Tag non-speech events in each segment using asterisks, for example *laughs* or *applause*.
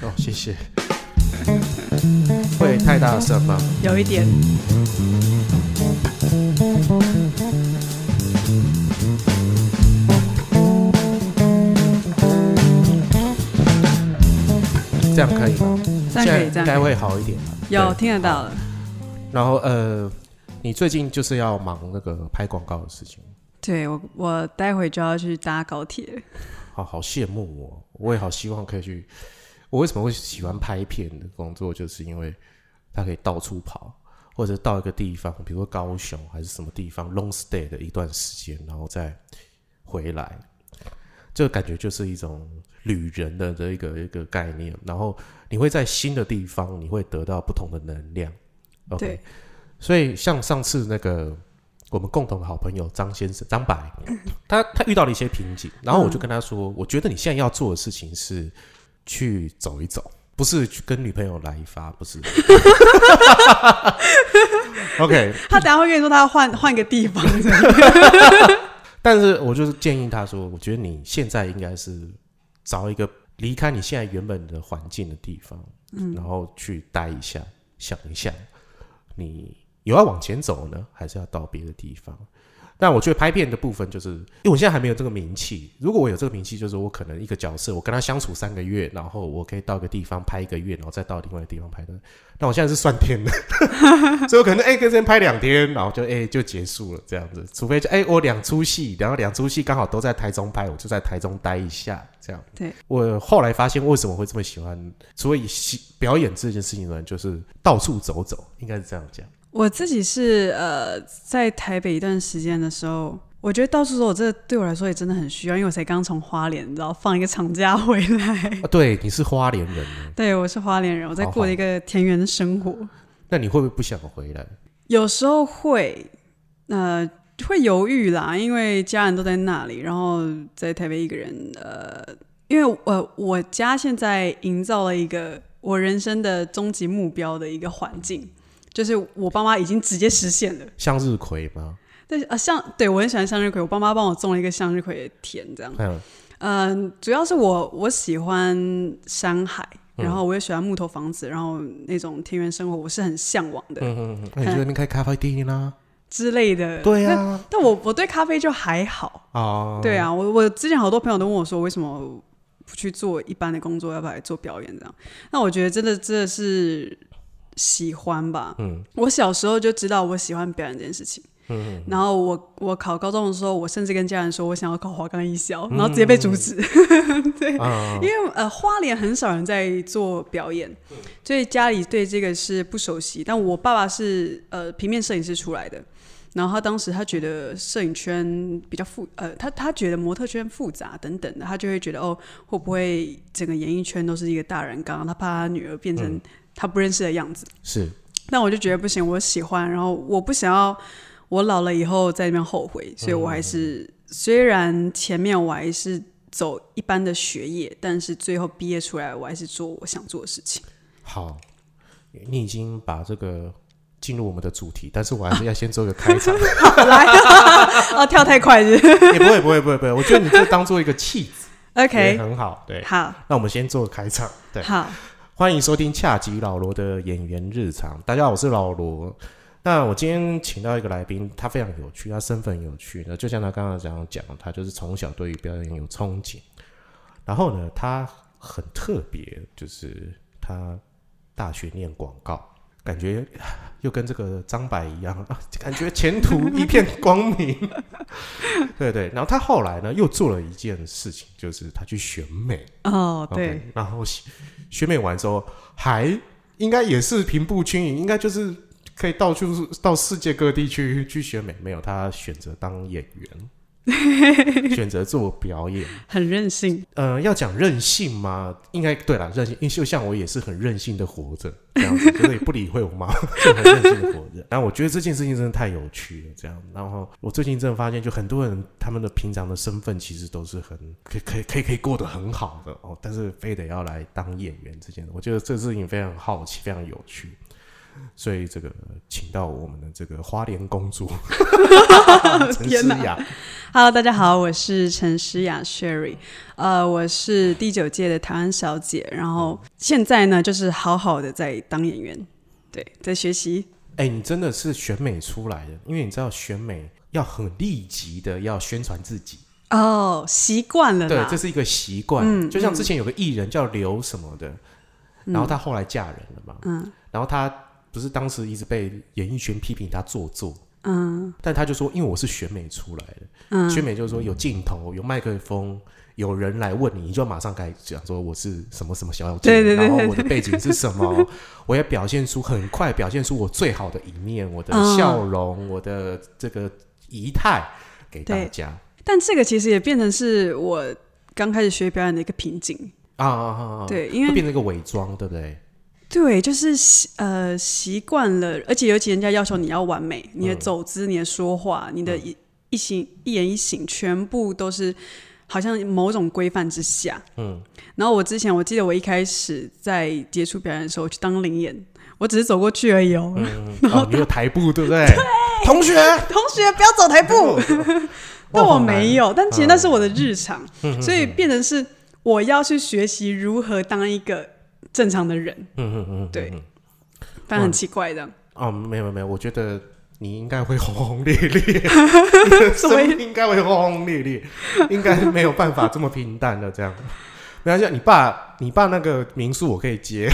哦谢谢。会太大声吗？有一点。这样可以吗？这样可以，这应样该可会好一点吧。以有对。听得到了。然后呃，你最近就是要忙那个拍广告的事情，对我，我待会就要去搭高铁。好好羡慕我，我也好希望可以去。我为什么会喜欢拍片的工作，就是因为它可以到处跑，或者到一个地方，比如说高雄还是什么地方 long stay 的一段时间，然后再回来，这个感觉就是一种旅人的这一个一个概念。然后你会在新的地方，你会得到不同的能量。OK，对所以像上次那个我们共同的好朋友张先生张白，他他遇到了一些瓶颈，然后我就跟他说，我觉得你现在要做的事情是去走一走，不是去跟女朋友来一发，不是。OK，他等一下会跟你说他要换换个地方， *laughs* 这样但是我就是建议他说，我觉得你现在应该是找一个离开你现在原本的环境的地方，嗯，然后去待一下，想一下，你有要往前走呢，还是要到别的地方？但我觉得拍片的部分，就是因为我现在还没有这个名气。如果我有这个名气，就是我可能一个角色，我跟他相处三个月，然后我可以到一个地方拍一个月，然后再到另外一个地方拍的。但我现在是算天的，所以我可能哎、跟这边拍两天，然后就哎、就结束了这样子。除非就哎、我两出戏，然后两出戏刚好都在台中拍，我就在台中待一下这样。对，我后来发现为什么会这么喜欢，除了以喜表演这件事情呢，就是到处走走，应该是这样讲。我自己是呃，在台北一段时间的时候，我觉得到处走，这对我来说也真的很需要，因为我才刚从花莲，你知道，放一个长假回来。 *laughs* 啊，对，你是花莲人啊呢，对，我是花莲人，我在好过好一个田园的生活，那你会不会不想回来？有时候会，呃，会犹豫啦，因为家人都在那里，然后在台北一个人，呃，因为呃，我家现在营造了一个我人生的终极目标的一个环境，就是我爸妈已经直接实现了。向日葵吗？但是啊，像对我很喜欢向日葵，我爸妈帮我种了一个向日葵的田，这样。嗯，嗯，主要是我我喜欢山海，嗯然后我也喜欢木头房子，然后那种田园生活，我是很向往的、嗯嗯，那你就在那边开咖啡店啦？之类的。对 *laughs* 啊，但我我对咖啡就还好，哦，对啊，我我之前好多朋友都问我说，为什么不去做一般的工作，要不要来做表演这样？那我觉得真的真的是喜欢吧，嗯，我小时候就知道我喜欢表演这件事情。嗯，然后我我考高中的时候，我甚至跟家人说我想要考华冈艺校，然嗯后直接被阻止。 *laughs* 对，啊因为呃花莲很少人在做表演，嗯所以家里对这个是不熟悉。但我爸爸是呃平面摄影师出来的，然后他当时他觉得摄影圈比较复呃，他他觉得模特圈复杂等等的，他就会觉得哦会不会整个演艺圈都是一个大染缸，他怕他女儿变嗯成他不认识的样子。是但我就觉得不行，我喜欢，然后我不想要我老了以后在那边后悔，所以我还嗯是、虽然前面我还是走一般的学业，但是最后毕业出来，我还是做我想做的事情。 *laughs* 好，你已经把这个进入我们的主题，但是我还是要先做一个开场。来，哦，跳太快是不是 *laughs* 哎也不会不会不会不会，我觉得你就当做一个气质也？OK，很好。对，好，那我们先做个开场。对，好，欢迎收听恰吉老罗的演员日常。大家好，我是老罗。那我今天请到一个来宾，他非常有趣，他身份很有趣。那就像他刚刚这样讲，他就是从小对于表演有憧憬。然后呢，他很特别，就是他大学念广告，感觉啊又跟这个张柏一样，啊感觉前途一片光明。对对，然后他后来呢，又做了一件事情，就是他去选美。哦， OK，对，然后学学美完之后，还应该也是平步青云，应该就是可以到处到世界各地去去学美。没有，他选择当演 *laughs* 员，选择做表演。很任性，呃，要讲任性吗？应该对啦，任性，因为就像我也是很任性的活着，这样子，就是也不理会我妈， *laughs* 就很任性的活着。然后我觉得这件事情真的太有趣了，这样。然后我最近真的发现，就很多人他们的平常的身份其实都是很可以可以可以可以过得很好的哦，但是非得要来当演员这件事，我觉得这事情非常好奇，非常有趣。所以这个请到我们的这个花莲公主 *laughs* 陈天诗哪雅， Hello，大家好，我是陈诗雅 Sherry，呃，我是第九届的台湾小姐，然后现在呢，就是好好的在当演员，对，在学习，哎、你真的是选美出来的，因为你知道选美要很立即的要宣传自己，哦，习惯了对，啦这，是一个习惯。嗯就像之前有个艺人叫刘什么的，然后她后来嫁人了嘛，嗯然后她不是当时一直被演艺圈批评她做作，嗯但她就说，因为我是选美出来的，选嗯，美就是说有镜头、有麦克风。有人来问你，你就马上开始讲说我是什么什么小姐，对对对然后对我的背景是什么， *laughs* 我也表现出很快表现出我最好的一面，我的嗯笑容，我的这个仪态给大对家但这个其实也变成是我刚开始学表演的一个瓶颈，啊啊啊！啊，对，因会为变成一个伪装，对不对？对，就是习呃习惯了，而且尤其人家要求你要完美，你的嗯走姿、你的说话、你的一一行一言一行，全部都是好像某种规范之下。嗯，然后我之前我记得我一开始在接触表演的时候，我去当领演，我只是走过去而已哦。哦，你有台步对不对？同学， *laughs* 同学不要走台步， *laughs* 但哇我没，有，但其实那是我的日常，嗯所以变成是我要去学习如何当一个正常的人，好难嗯嗯嗯，对，但很奇怪的。哦，没有没有，我觉得你应该会轰轰烈 *laughs* 烈，所以生命应该会轰轰烈烈，应该没有办法这么平淡的这样。 *laughs* 没关系，啊你爸你爸那个民宿我可以接，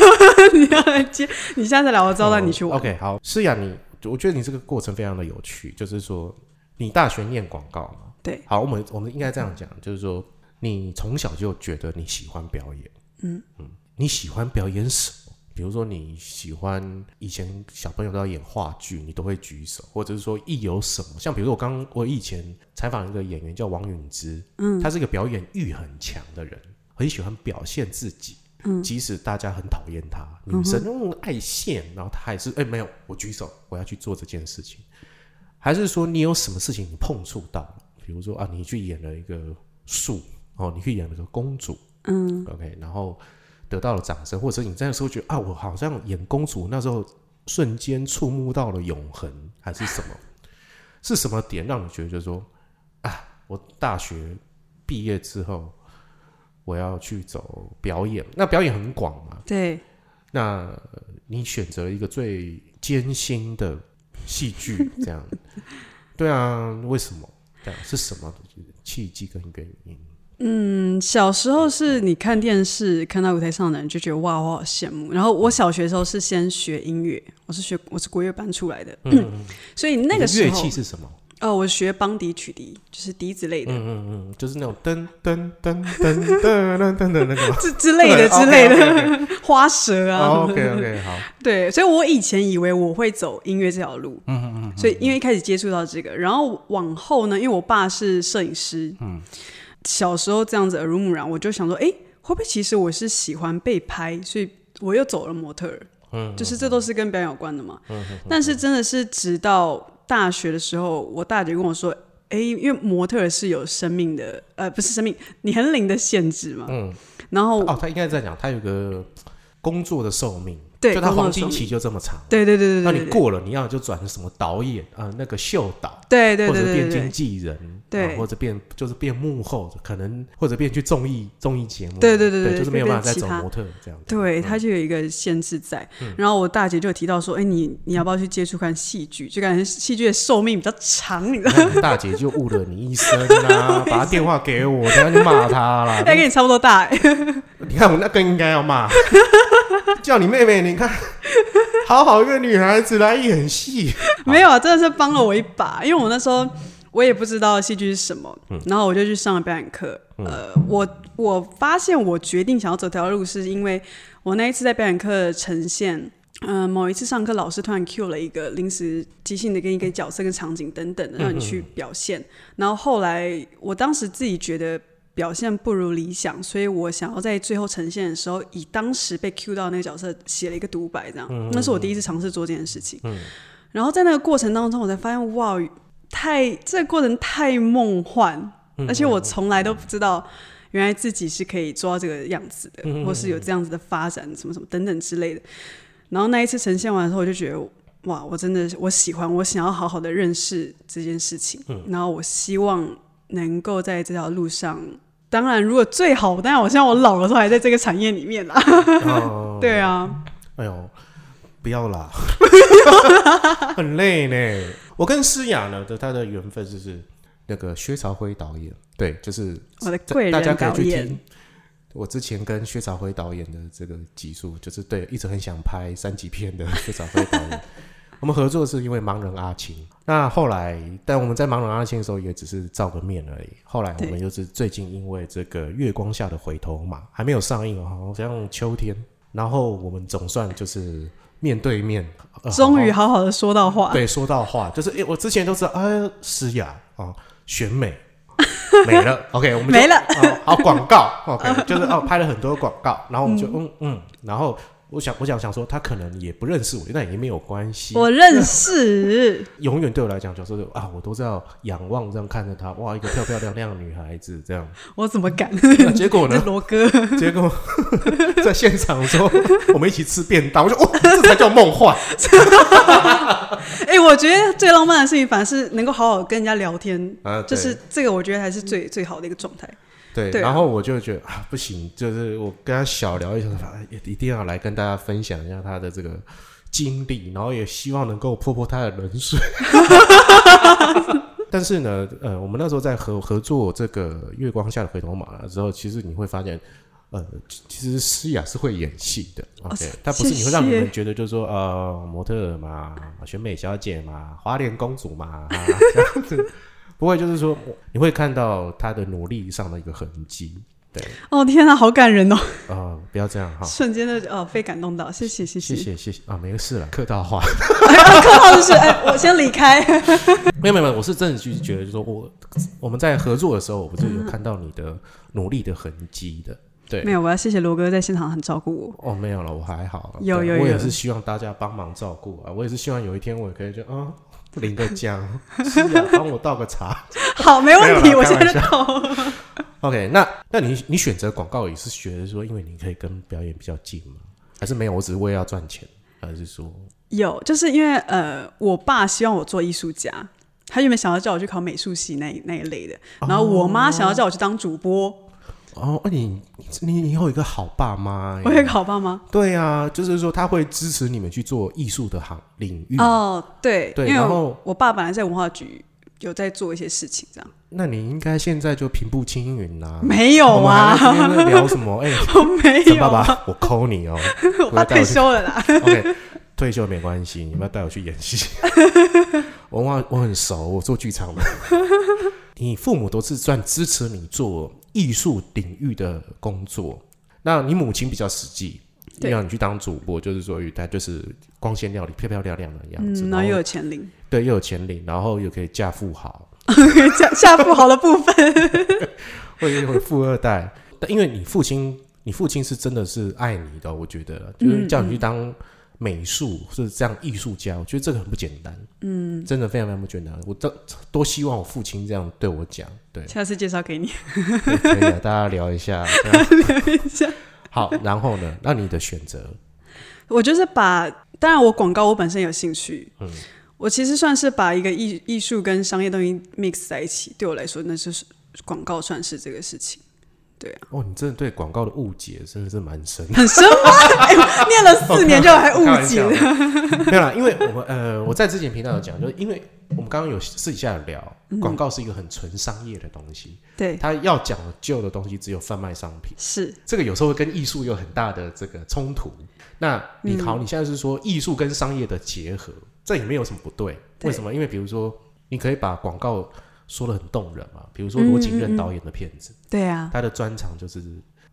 *laughs* 你要来接，你下次来我招待你去玩。哦 OK，好，诗雅，你我觉得你这个过程非常的有趣，就是说你大学念广告嘛，对，好，我们我们应该这样讲，就是说你从小就觉得你喜欢表演，嗯你喜欢表演什么？比如说你喜欢以前小朋友都要演话剧，你都会举手，或者是说一有什么，像比如说我刚我以前采访一个演员叫王允之，嗯，他是一个表演欲很强的人，很喜欢表现自己。嗯，即使大家很讨厌他，女生嗯爱现，然后他还是哎、没有，我举手，我要去做这件事情。还是说你有什么事情你碰触到了？比如说啊，你去演了一个树哦，你去演了个公主，嗯，OK，然后得到了掌声，或者是你在那时候觉得啊，我好像演公主那时候瞬间触摸到了永恒，还是什么？是什么点让你觉得就是说啊，我大学毕业之后我要去走表演？那表演很广嘛，对，那呃你选择一个最艰辛的戏剧，这样，对啊，为什么？这样是什么契机跟原因？嗯，小时候是你看电视看到舞台上的人就觉得哇，我好羡慕。然后我小学的时候是先学音乐，我是学我是国乐班出来的， *clears throat* 所以那个嗯你的时乐候器是什么？哦，我学邦迪曲笛，就是笛子类的、嗯嗯嗯，就是那种噔噔噔噔噔噔噔噔那个吗之之类 *laughs* 哦的之类的、 *laughs* 花舌啊。 OK OK，好，对，所以我以前以为我会走音乐这条路，嗯嗯嗯，所以因为一开始接触到这个，然后往后呢，因为我爸是摄影师，嗯，小时候这样子耳濡目染，我就想说，哎，会不会其实我是喜欢被拍，所以我又走了模特儿，嗯，就是这都是跟表演有关的嘛，嗯，但是真的是直到大学的时候，我大姐跟我说。哎，因为模特儿是有生命的，呃，不是生命年龄的限制嘛。嗯。然后哦，他应该在讲他有个工作的寿命，对就他工作黄的金寿期就这么长。对对对对那对你对过了，你要就转什么导演啊、那个秀导，对对或对者对变对经对纪人，对啊或者变就是变幕后，可能或者变去综艺综艺节目，对对对对就是没有办法再就走变其他模特这样子。对，它就有一个限制在。嗯然后我大姐就有提到说，哎、你你要不要去接触看戏剧？就感觉戏剧的寿命比较长，你知道吗？然后你大姐就误了你一生啦、把她电话给我，等下就骂她啦大。概跟你差不多大、哎你看我那更应该要骂， *laughs* 叫你妹妹，你看，好好一个女孩子来演戏， *laughs* 没有啊，真的是帮了我一把，因为我那时候我也不知道戏剧是什么，然后我就去上了表演课。呃，我我发现我决定想要走这条路，是因为我那一次在表演课的呈现。呃，某一次上课，老师突然 cue 了一个临时即兴的跟一个角色跟场景等等的，让你去表现。然后后来，我当时自己觉得表现不如理想，所以我想要在最后呈现的时候，以当时被 cue 到那个角色写了一个独白，这样。那是我第一次尝试做这件事情。然后在那个过程当中，我才发现，哇，太这个过程太梦幻，嗯而且我从来都不知道，原来自己是可以做到这个样子的，或是有这样子的发展，什么什么等等之类的。然后那一次呈现完之后，我就觉得哇，我真的我喜欢，我想要好好的认识这件事情，嗯然后我希望能够在这条路上。当然，如果最好，当然我希望我老的时候还在这个产业里面啦。 *laughs* 哦，对啊，哎呦，不要啦，很累呢。我跟诗雅呢的她的缘分就是那个薛朝辉导演，对，就是我的贵大家人可以导去演听。我之前跟薛朝辉导演的这个集数，就是对一直很想拍三级片的薛朝辉导演， *laughs* 我们合作是因为盲人阿青。那后来，但我们在盲人阿青的时候也只是照个面而已。后来我对们又是最近因为这个月光下的回头嘛，还没有上映哦，好像秋天。然后我们总算就是面对面，呃终于好好好的说到好话，对说到话，就是诶、我之前都知道，哎，诗雅哦，选美 *laughs* 没了，OK，我们就没了。哦， *laughs* 好广告，OK，就是哦拍了很多广告，然后我们就嗯嗯，然后我想我想想说他可能也不认识我，但也没有关系。我认 *laughs* 识，永远对我来讲就是啊，我都是要仰望这样看着她，哇，一个漂漂亮亮的女孩子这样。 *laughs* 我怎么敢？那结果这 *laughs* 呢？罗哥，结果 *laughs* 在现场的时候，我们一起吃便当，我说哦，这才叫梦幻。哎、我觉得最浪漫的事情反而是能够好好跟人家聊天，啊，对就是这个，我觉得还是最最好的一个状态。对，对啊然后我就觉得啊，不行，就是我跟他小聊一下，反正也一定要来跟大家分享一下他的这个经历，然后也希望能够泼泼他的冷水。 *laughs* 但是呢，呃，我们那时候在合合作这个《月光下的回头马》之后，其实你会发现，呃，其其实诗雅是会演戏的，OK，她不是谢你哦谢会让你们觉得就是说，呃，模特儿嘛，选美小姐嘛，花莲公主嘛，啊 *laughs* 这样子不会，就是说你会看到她的努力上的一个痕迹。哦天哪，好感人哦！啊，不要这样哈，瞬间的哦，被感动到，谢谢谢谢谢。谢谢谢啊，没事了，客套话。客套就是哎、我先离开。没有没有，没有我是真的就是觉得，就是说我我们在合作的时候，我是有看到你的努力的痕迹的。对没，有，我要谢谢罗哥在现场很照顾我。哦，没有了，我还好。有对有我也有是希望大家帮忙照顾啊，我也是希望有一天我也可以就啊。领个奖， *laughs* 是啊，帮我倒个茶。好，没问没题，有啦我现在就开到。 OK，那那你你选择广告也是觉得说，因为你可以跟表演比较近吗？还是没有？我只是为了要赚钱，还是说有，就是因为呃，我爸希望我做艺术家，他原本想要叫我去考美术系那一那一类的，然后我妈想要叫我去当主播，哦，那你你你以后有一个好爸妈耶，我会考爸妈。对啊，就是说他会支持你们去做艺术的行领域。哦，对，嗯对因为然后我爸本来在文化局有在做一些事情，这样那你应该现在就平步青云啦、没有啊，我们还在今天在聊 *laughs* 什么？哎、我没陈有爸啊，爸，我抠你哦、我爸退休了啦。 OK，退休没关系，你们要带我去 *laughs* 演戏。我我我很熟，我做剧场的。你父母都是算支持你做艺术领域的工作，那你母亲比较实际，对让你去当主播，就是说她就是光鲜亮丽、漂漂亮亮的样子，嗯，然后又有钱领， *laughs* 对，又有钱领，然后又可以嫁富豪，下下富豪的部 *laughs* 分。，或者会富二代。但因为你父亲，你父亲是真的是爱你的哦，我觉得就是叫你去当美术或者这样艺术家，我觉得这个很不简单，嗯，真的非常非常不简单。我都多希望我父亲这样对我讲，对 *laughs* 下次介绍给你。也可以啊，大家聊 *laughs* 一下，这样等一下好。然后呢，那你的选择，我就是把，当然我广告我本身有兴趣，嗯，我其实算是把一个艺艺术跟商业东西 mix 在一起，对我来说那就是广告算是这个事情， *laughs* 对啊，哦，你真的对广告的误解真的是蛮深的。很深吗？哎、我念了四年就还误解我了，开玩笑的没有啦，因为我们呃，我在之前频道有讲，就是因为我们刚刚有私底下有聊，嗯广告是一个很纯商业的东西，对，它要讲究的东西只有贩卖商品，是这个有时候会跟艺术有很大的这个冲突。那你好，你现在是说艺术跟商业的结合，这也没有什么不对。对为什么？因为比如说，你可以把广告说的很动人嘛，比如说罗景任导演的片子，对啊，他的专长就是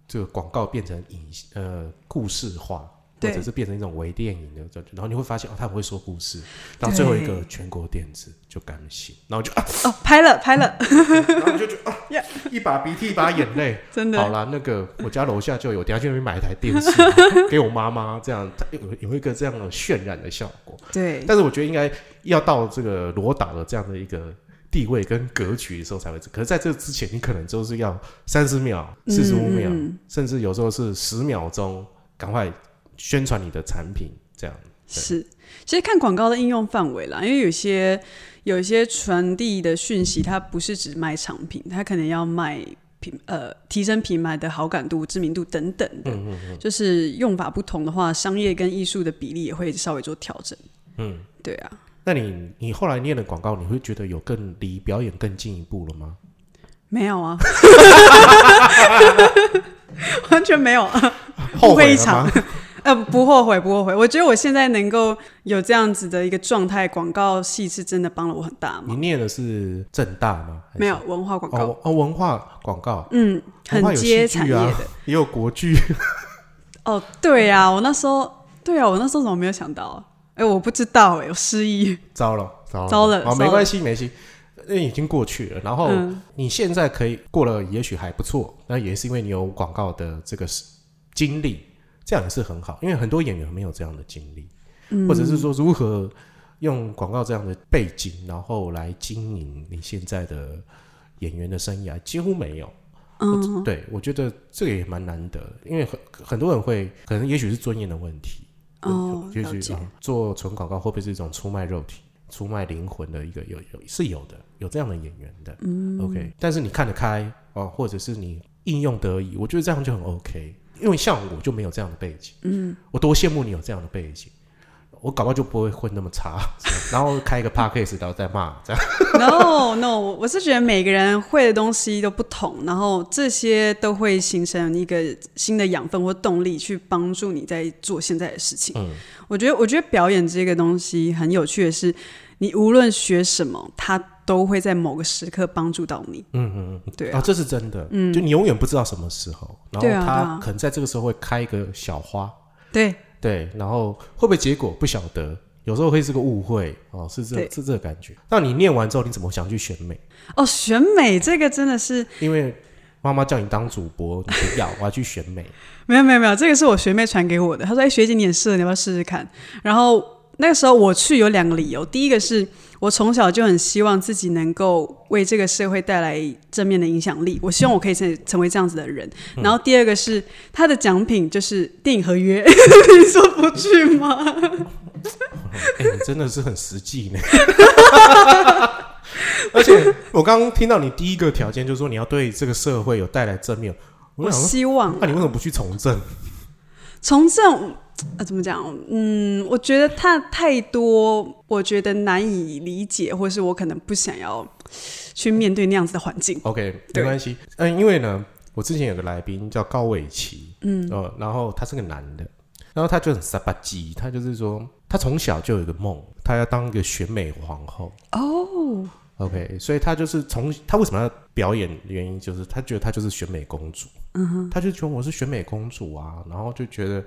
这个广告变成影呃故事化，或对者是变成一种微电影的这种，然后你会发现哦，他很会说故事，然后最后一个全国电子就甘心，然后就啊，哦，拍了拍了， *laughs* 然后就觉得啊 Yeah，一把鼻涕一把眼泪。真好的，啦，那个我家楼下就有，等一下去那边买一台电视 *laughs* 给我妈妈，这样它有有一个这样的渲染的效果。对，但是我觉得应该要到这个罗导的这样的一个地位跟格局的时候才会知。可是在这之前，你可能就是要三十秒、四十五秒，嗯甚至有时候是十秒钟，赶快宣传你的产品，这样。是，其实看广告的应用范围啦，因为有些有一些传递的讯息，它不是只卖产品，它可能要卖品呃提升品牌的好感度、知名度等等的。嗯嗯嗯就是用法不同的话，商业跟艺术的比例也会稍微做调整。嗯，对啊，那你你后来念了广告，你会觉得有更离表演更进一步了吗？没有 *laughs* 啊，完全没有啊，后误会悔一了场吗？。呃，不后悔，不后悔。我觉得我现在能够有这样子的一个状态，广告系是真的帮了我很大你嘛。念的是正大吗？还是没有文化广告，哦哦，文化广告，嗯，文化很有接戏产剧业啊的。也有国剧， *laughs* 哦，对呀、我那时候，对啊呀、我那时候怎么没有想到、啊？哎、我不知道、哎，我失忆。糟了，糟了，糟了好，糟了没关系，没关系，那已经过去了。然后嗯你现在可以过了，也许还不错，那也是因为你有广告的这个经历，这样也是很好。因为很多演员没有这样的经历，嗯或者是说如何用广告这样的背景，然后来经营你现在的演员的生涯，几乎没有。嗯，对，我觉得这个也蛮难得的，因为很很多人会，可能也许是尊严的问题，哦，就了 *laughs* 是、解。啊、做纯广告会不会是一种出卖肉体、出卖灵魂的一个有有是有的，有这样的演员的。嗯，OK，但是你看得开哦，或者是你应用得宜，我觉得这样就很 OK。因为像我就没有这样的背景，嗯，我多羡慕你有这样的背景，我搞不好就不会混那么差， *laughs* 然后开一个 podcast 然后再骂这样。 no no，我是觉得每个人会的东西都不同，然后这些都会形成一个新的养分或动力，去帮助你在做现在的事情。嗯我觉得，我觉得表演这个东西很有趣的是，你无论学什么，它都会在某个时刻帮助到你。嗯嗯嗯。对啊，啊，这是真的，就你永远不知道什么时候，然后对啊对他啊可能在这个时候会开一个小花，对，对，然后会不会结果不晓得，有时候会是个误会哦，是这对是这个感觉。那你念完之后，你怎么想去选美？哦，选美这个真的是因为妈妈叫你当主播，你不要，我要去选美。没有没有没有，这个是我学妹传给我的。她说：“哎、学姐你也适合，你要不要试试看？”然后那个时候我去有两个理由，第一个是我从小就很希望自己能够为这个社会带来正面的影响力，我希望我可以成成为这样子的人。然后第二个是他的奖品就是电影合约， *laughs* 你说不去吗？哎、你真的是很实际 *laughs* 呢。而且我刚刚听到你第一个条件就是说你要对这个社会有带来正面，我我就想说，希望那你为什么不去从政？从政。呃，怎么讲？嗯，我觉得他太多，我觉得难以理解，或是我可能不想要去面对那样子的环境。 OK，没对关系。嗯，因为呢，我之前有个来宾叫高伟奇，嗯，呃，然后他是个男的，然后他就很傻吧唧，他就是说，他从小就有一个梦，他要当一个选美皇后。哦， OK，所以他就是从他为什么要表演，原因就是他觉得他就是选美公主，嗯哼，他就觉得我是选美公主啊，然后就觉得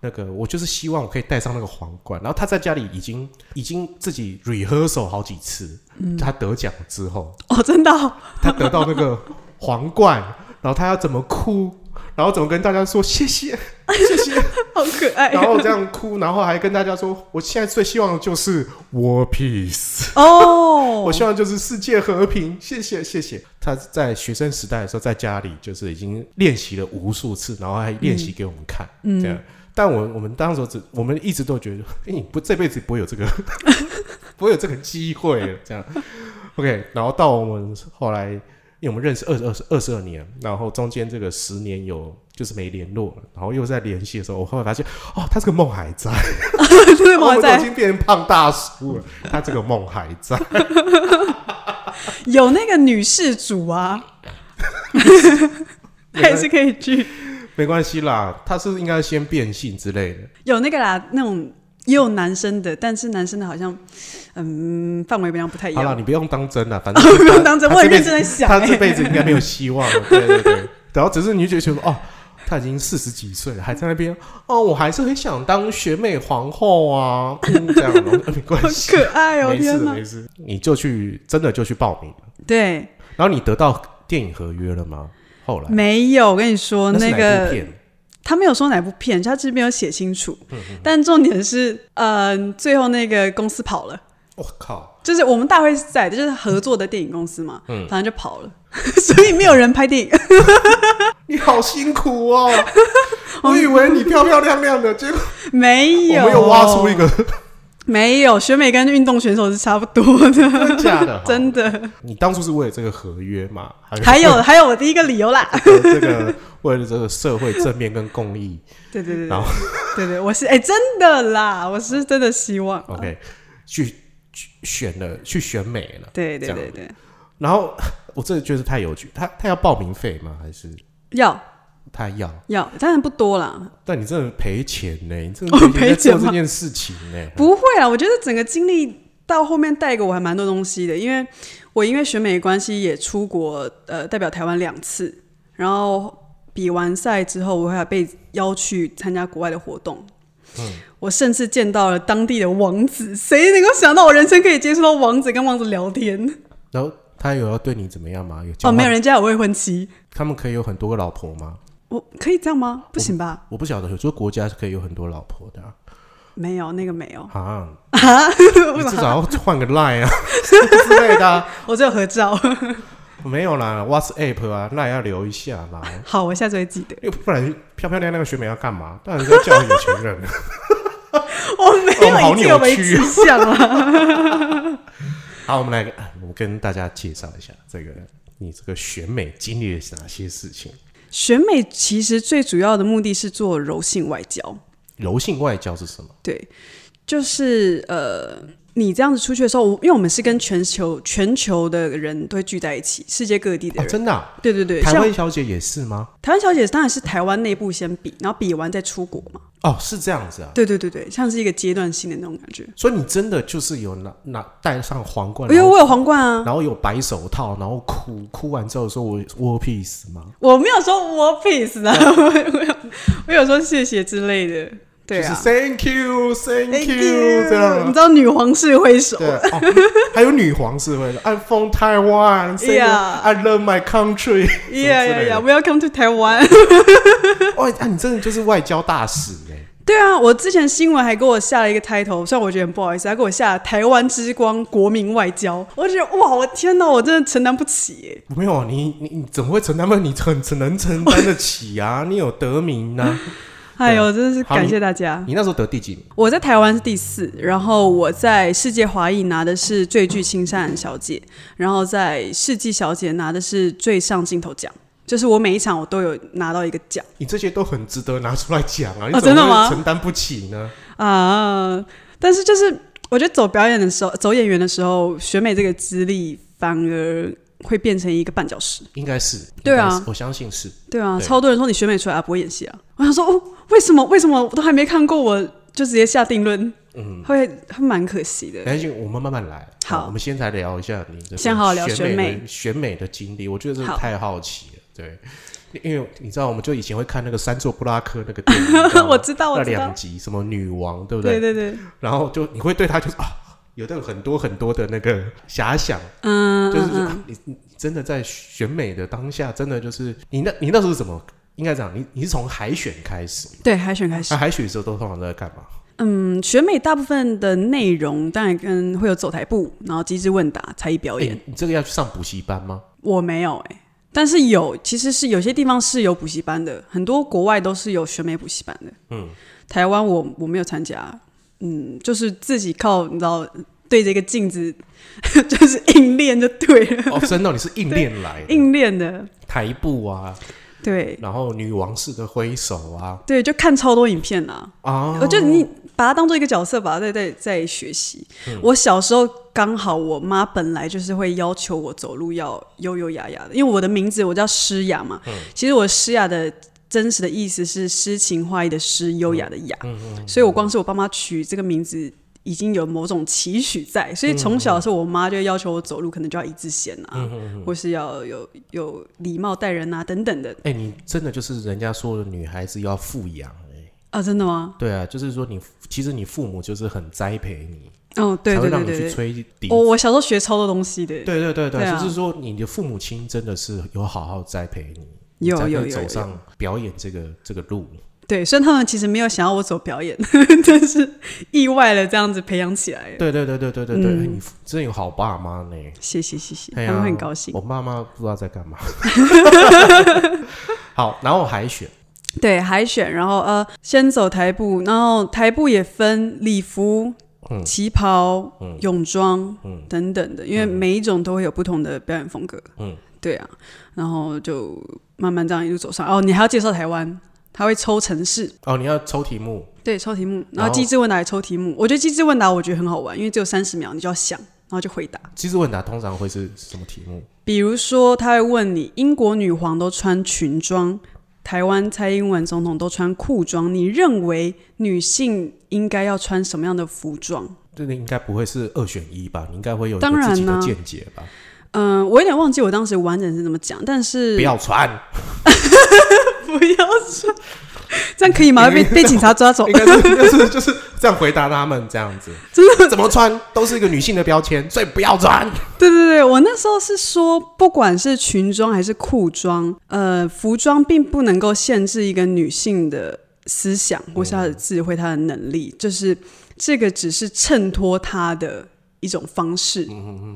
那个我就是希望我可以戴上那个皇冠，然后他在家里已经已经自己 rehearsal 好几次，他得奖之后，哦，真的哦、他得到那个皇冠，然后他要怎么哭，然后怎么跟大家说谢谢谢谢，好可爱然后哦。这样哭，然后还跟大家说，我现在最希望的就是 war peace，哦，我希望就是世界和平，谢谢谢谢。他在学生时代的时候，在家里就是已经练习了无数次，然后还练习给我们看，这样。但我我们当时只我们一直都觉得， *laughs* 哎、你不这辈子不会有这个， *laughs* 不会有这个机会了，这样。OK，然后到我们后来，因为我们认识二十二十二十二年，然后中间这个十年有就是没联络了，然后又在联系的时候，我后来发现，哦，他这个梦还在，对我我们都已在经变成胖大叔了，他这个梦还在。有那个女事主 *laughs* 啊，还是可以去没关系啦，他是不是应该先变性之类的？有那个啦，那种也有男生的，但是男生的好像嗯范围比较不太一好啦，样。你不用当真啦， *laughs* 反正不用当真他我也这辈认子真在想他欸这辈子应该没有希望了。 *laughs* 对对对，然后只是你就觉得哦，他已经四十几岁了，还在那边哦，我还是很想当学妹皇后啊，嗯、这样 *laughs* 呃没好关系，可爱哦！没事天哪没，事，你就去真的就去报名了，对，然后你得到电影合约了吗？后来没有。我跟你说，是那哪部个片嗯他没有说哪部片，他只是没有写清楚。但重点是，嗯，最后那个公司跑了。我靠，就是我们大会是在的，就是合作的电影公司嘛，反正就跑了， *laughs* 所以没有人拍电影。 *laughs* 你好辛苦哦，我以为你漂漂亮亮的，结果没有，我们又挖出一个没有选美跟运动选手是差不多的，真的假 *laughs* 的，真的。你当初是为了这个合约嘛？还有还有我第一个理由啦， *laughs* 这个这个 *laughs* 为了这个社会正面跟公益，对对对然对后对对，我是哎、真的啦，我是真的希望， OK 去去选了去选美了，对对这样对对，然后我真的觉得太有趣，他他要报名费吗？还是要他要？要，当然不多啦，但你真的赔钱呢、你真我的赔赔钱钱在做吗这件事情呢、不会啊，我觉得整个经历到后面带给我还蛮多东西的，因为我因为选美的关系也出国，呃，代表台湾两次，然后比完赛之后，我还被邀去参加国外的活动。我甚至见到了当地的王子，谁能够想到我人生可以接触到王子，跟王子聊天？然后他有要对你怎么样吗？有交哦，没有，换人家有未婚妻，他们可以有很多个老婆吗？我可以这样吗？不行吧？我不晓得，有时候国家是可以有很多老婆的啊。没有，那个没有，啊， *laughs* 你至少要换个 Line 啊 *laughs* 之类的啊、我只有合照。 *laughs* 没有啦，WhatsApp 啊，Line 要留一下啦。好，我下次会记得。 *laughs* 又不然漂漂亮亮的学妹要干嘛？当然是要叫有钱人。 *laughs* 我没哦我们有，已好经有扭没迹曲哦象了。好，我们来，哎我跟大家介绍一下这个你这个选美经历了哪些事情。选美其实最主要的目的是做柔性外交，柔性外交是什么？对，就是呃，你这样子出去的时候，我因为我们是跟全球全球的人都会聚在一起，世界各地的啊、人，真的啊、对对对，台像湾小姐也是吗？台湾小姐当然是台湾内部先比，然后比完再出国嘛，哦，是这样子啊。对对对对，像是一个阶段性的那种感觉。所以你真的就是有拿拿戴上皇冠，因为然后我有皇冠啊，然后有白手套，然后哭哭完之后说我我 peace 吗？我没有说 war peace 啊，嗯我 *laughs* 我有我有说谢谢之类的，对就啊是 thank you thank ，Thank you you，这你样啊知。道女皇式挥手，对 *laughs* 哦，还有女皇是会的，I'm from Taiwan，say Yeah I love my country，Yeah, *laughs* 什么之 yeah, 类 yeah. 的 Welcome to Taiwan. 哇，啊，你真的就是外交大使哎，对啊，我之前新闻还给我下了一个 title，虽然我觉得很不好意思，还给我下了“台湾之光”国民外交，我就觉得哇，我天哪，我真的承担不起耶。没有，你你你怎么会承担吗？你很只能承担得起啊！你有得名呢、 *laughs* 哎呦，真的是好感谢大家。你那时候得第几名？我在台湾是第四，然后我在世界华裔拿的是最具青善小姐，然后在世纪小姐拿的是最上镜头奖，就是我每一场我都有拿到一个奖你这些都很值得拿出来讲啊！哦你怎真的么吗会承担不起呢？啊。但是就是我觉得走表演的时候，走演员的时候，选美这个资历反而会变成一个绊脚石。应该是，对啊应该是我相信是。对啊，对超多人说你选美出来啊，不会演戏啊。 *laughs* 我想说，哦，为什么？为什么我都还没看过，我就直接下定论？嗯，会会蛮可惜 *laughs* 的。来，哎我们慢慢来。好我们先来聊一下你的先好好聊选选的选美的经历。我觉得真的好太好奇了，对，因为你知道，我们就以前会看那个山卓布拉克那个电影，你 *laughs* 我知知道道我吗那知道两集什么女王，对不对对对，然后就你会对他就是啊。有的很多很多的那个遐想，嗯就是嗯说、嗯，啊、你你真的在选美的当下，真的就是你那你那时候是怎么？应该讲你你是从海选开始，对，海选开始那、。海选的时候都通常都在干嘛？嗯，选美大部分的内容当然跟会有走台步，然后机智问答、才艺表演。哎你这个要去上补习班吗？我没有哎、但是有，其实是有些地方是有补习班的，很多国外都是有选美补习班的。嗯，台湾我我没有参加，嗯，就是自己靠你知道对着一个镜子， *laughs* 就是硬练就对了，哦，真的哦、你是硬练来的，硬练的，台步啊，对然后女王式的挥手啊对，就看超多影片啊。啊，我觉得你把它当做一个角色吧，在在在学习。我小时候刚好，我妈本来就是会要求我走路要优优雅雅的，因为我的名字我叫诗雅嘛。其实我诗雅的真实的意思是诗情画意的诗，优雅的雅。所以我光是我爸妈取这个名字。已经有某种期许在，所以从小的时候，我妈就要求我走路可能就要一致线啊，或是要有有礼貌待人啊等等的哎、你真的就是人家说的女孩子要富养、哎，啊，真的吗？对啊，就是说你其实你父母就是很栽培你，哦，对才会对让对你去对对，吹笛。我我小时候学超多东西的，对对对对，对啊就是说你的父母亲真的是有好好栽培你，你有才可以有有走有上表演这个这个路。对，虽然他们其实没有想要我走表演， *laughs* 但是意外的这样子培养起来了。对对对对对对对，哎嗯你真有好爸妈呢。谢谢谢谢，哎他呀们会很高兴。 *laughs* 我爸妈不知道在干嘛。好，然后海选，对海选，然后呃，先走台步，然后台步也分礼服、嗯旗袍、泳装、等等的，因为每一种都会有不同的表演风格。嗯，对啊，然后就慢慢这样一路走上。哦，你还要介绍台湾，他会抽城市，哦，你要抽题目，对，抽题目，然然后后机智问答也抽题目。我觉得机智问答我觉得很好玩，因为只有三十秒，你就要想，然后就回答。机智问答通常会是什么题目？比如说，他会问你，英国女皇都穿裙装，台湾蔡英文总统都穿裤装，你认为女性应该要穿什么样的服装？这个应该不会是二选一吧？你应该会有一当个然自己的啦见解吧？嗯、我有点忘记我当时完整是怎么讲，但是不要传， *laughs* 不要穿，这样可以吗？会被被警察抓走 *laughs* *laughs* 应？该是就是就是这样回答他们这样子，真的怎么穿都是一个女性的标签，所以不要穿。对对对，我那时候是说，不管是裙装还是裤装，呃，服装并不能够限制一个女性的思想或是她的智慧、她的能力，就是这个只是衬托她的一种方式，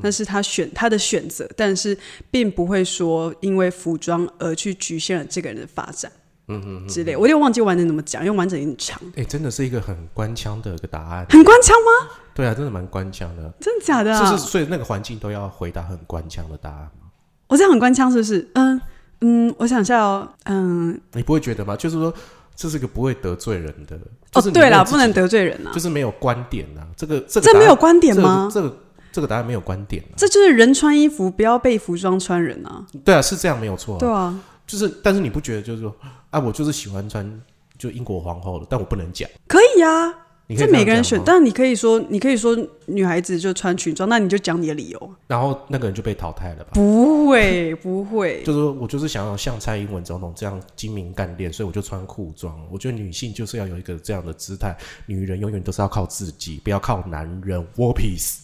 那是她选她的选择，但是并不会说因为服装而去局限了这个人的发展，嗯嗯之类。我有点忘记完整怎么讲，因为完整有点长，哎、真的是一个很官腔的一个答案，很官腔吗？对啊，真的蛮官腔的，真的假的啊？是是，所以那个环境都要回答很官腔的答案吗。我这样很官腔是不是？嗯嗯，我想一下哦，嗯。你不会觉得吗？就是说，这是个不会得罪人的，就哦是、，对啦，不能，得罪人啊就，是没有观点啊。这个这个这答案没有观点吗？这个这个这个答案没有观点啊。这就是人穿衣服，不要被服装穿人啊。对啊，是这样没有错、啊。对啊，就是，但是你不觉得就是说，啊，我就是喜欢穿就英国皇后的，但我不能讲。可以啊，你可这以样每个人讲选吗，但你可以说，你可以说女孩子就穿裙装，那你就讲你的理由。然后那个人就被淘汰了吧？不 *laughs* 会，不会，就是说我就是想要像蔡英文总统这样精明干练，所以我就穿裤装。我觉得女性就是要有一个这样的姿态，女人永远都是要靠自己，不要靠男人。War *laughs* peace。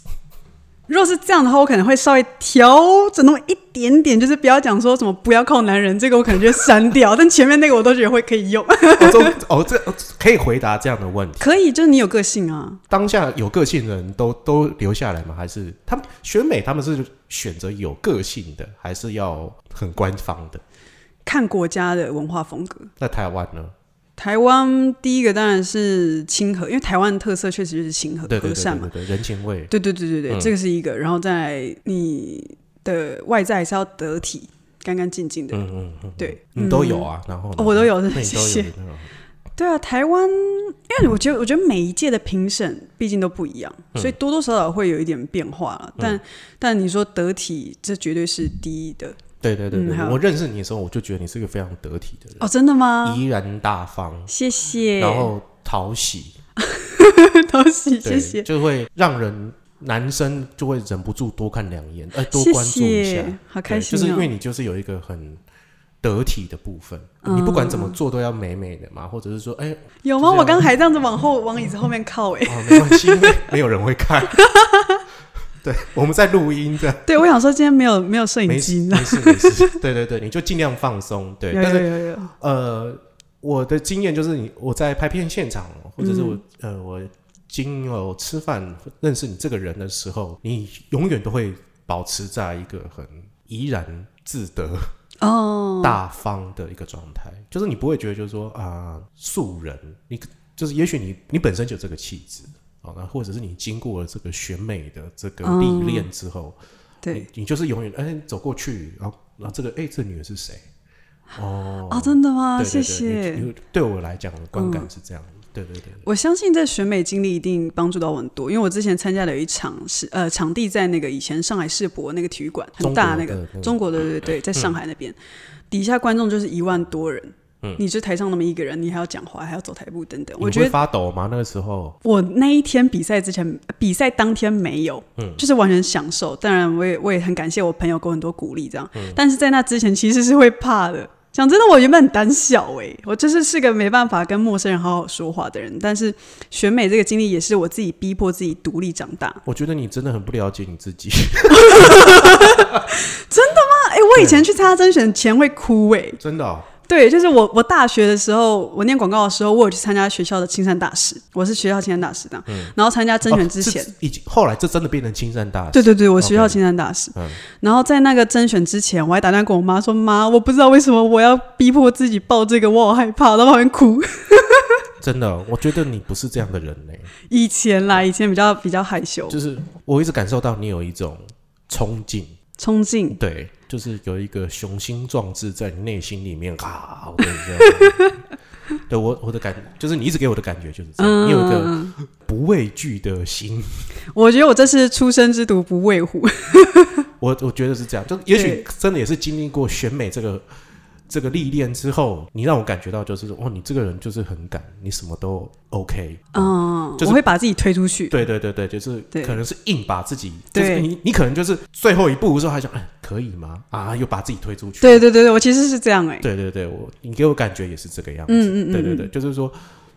如果是这样的话，我可能会稍微调整那么一点点，就是不要讲说什么不要靠男人，这个我可能就会删掉。 *laughs* 但前面那个我都觉得会可以用，哦，这哦这哦可以回答这样的问题。可以，就是你有个性啊。当下有个性的人都都留下来吗？还是他们选美他们是选择有个性的，还是要很官方的？看国家的文化风格，那台湾呢？台湾第一个当然是亲和，因为台湾的特色确实就是亲和对对和对善对嘛对。对，嗯人情味。对对对对对，这个是一个。然后再你的外在是要得体、干干净净的。嗯嗯嗯，对，你都有啊，然后呢哦我都有那 *laughs* 你都有嗯谢谢那种对啊，台湾，因为我觉得，我觉得每一届的评审毕竟都不一样，嗯所以多多少少会有一点变化了。但但你说得体，这绝对是第一的。对对对嗯对，好我认识你的时候，我就觉得你是一个非常得体的人，哦，真的吗？怡然大方，谢谢，然 *laughs* 后讨喜，讨喜，对谢谢，就会让人男生就会忍不住多看两眼，呃，多谢关注一下，谢，好对开心就是因为哦。你就是有一个很。得体的部分，嗯你不管怎么做都要美美的嘛，或者是说，哎、有就吗？这样我刚还这样子往后往椅子后面靠哎、哦，没关系，因为没有人会 *laughs* 看。对，我们在录音的，对，我想说今天没有没有摄影没机事呢。没事没 *laughs* 事，对对对，你就尽量放松，对。有但有是有有，呃，我的经验就是你我在拍片现场，或者是嗯我、呃我经由吃饭认识你这个人的时候，你永远都会保持在一个很怡然自得、哦，大方的一个状态，就是你不会觉得就是说啊、素人，你就是也许你你本身就有这个气质。啊，那或者是你经过了这个选美的这个历嗯练之后，对你，你就是永远哎、走过去，然后然后这个哎、这女人是谁？哦哦，真的吗？对谢嗯对对，你谢。你对我来讲的观感是这样的，对对对，我相信在选美经历一定帮助到我很多，因为我之前参加了一场是呃场地在那个以前上海世博那个体育馆很大那中国个的嗯那个中国的对对对，在上海那边、底下观众就是一万多人，你就台上那么一个人，你还要讲话，还要走台步等等，嗯你我会觉得发抖吗？那个时候，我那一天比赛之前，比赛当天没有，就是完全享受。当然，我也我也很感谢我朋友给我很多鼓励，这样。但是在那之前，其实是会怕的。讲真的，我原本很胆小诶、我就是是个没办法跟陌生人好好说话的人。但是选美这个经历也是我自己逼迫自己独立长大。啊我觉得你真的很不了解你自己， *laughs* 哎啊，诶、我以前去参加甄选前会哭诶、真的哦、对，就是我，我大学的时候，我念广告的时候，我有去参加学校的青山大使，我是学校青山大使的，然后参加甄选之前，哦这已经后来这真的变成青山大使，对对对，我学校青山大使。嗯然后在那个甄选之前，我还打电话跟我妈说：“妈，我不知道为什么我要逼迫自己报这个，我好害怕。”在旁边哭。真的，哦我觉得你不是这样的人呢、以前啦，以前比较比较害羞，就是我一直感受到你有一种冲劲，冲劲。对，就是有一个雄心壮志在你内心里面啊，我跟你这 *laughs* 样对我我的感就是你一直给我的感觉就是这样，你有一个嗯，不畏惧的心， *laughs* 我觉得我这是初生之犊不畏虎。我我觉得是这样，就也许对真的也是经历过选美这个这个历练之后，你让我感觉到就是哦，你这个人就是很敢，你什么都 OK，嗯，就是我会把自己推出去。对对对对，就是对可能是硬把自己，就是对你你可能就是最后一步的时候还想，哎，可以吗？啊，又把自己推出去。对对对对，我其实是这样哎、对对对，我你给我感觉也是这个样子。嗯嗯嗯对对对，就是说，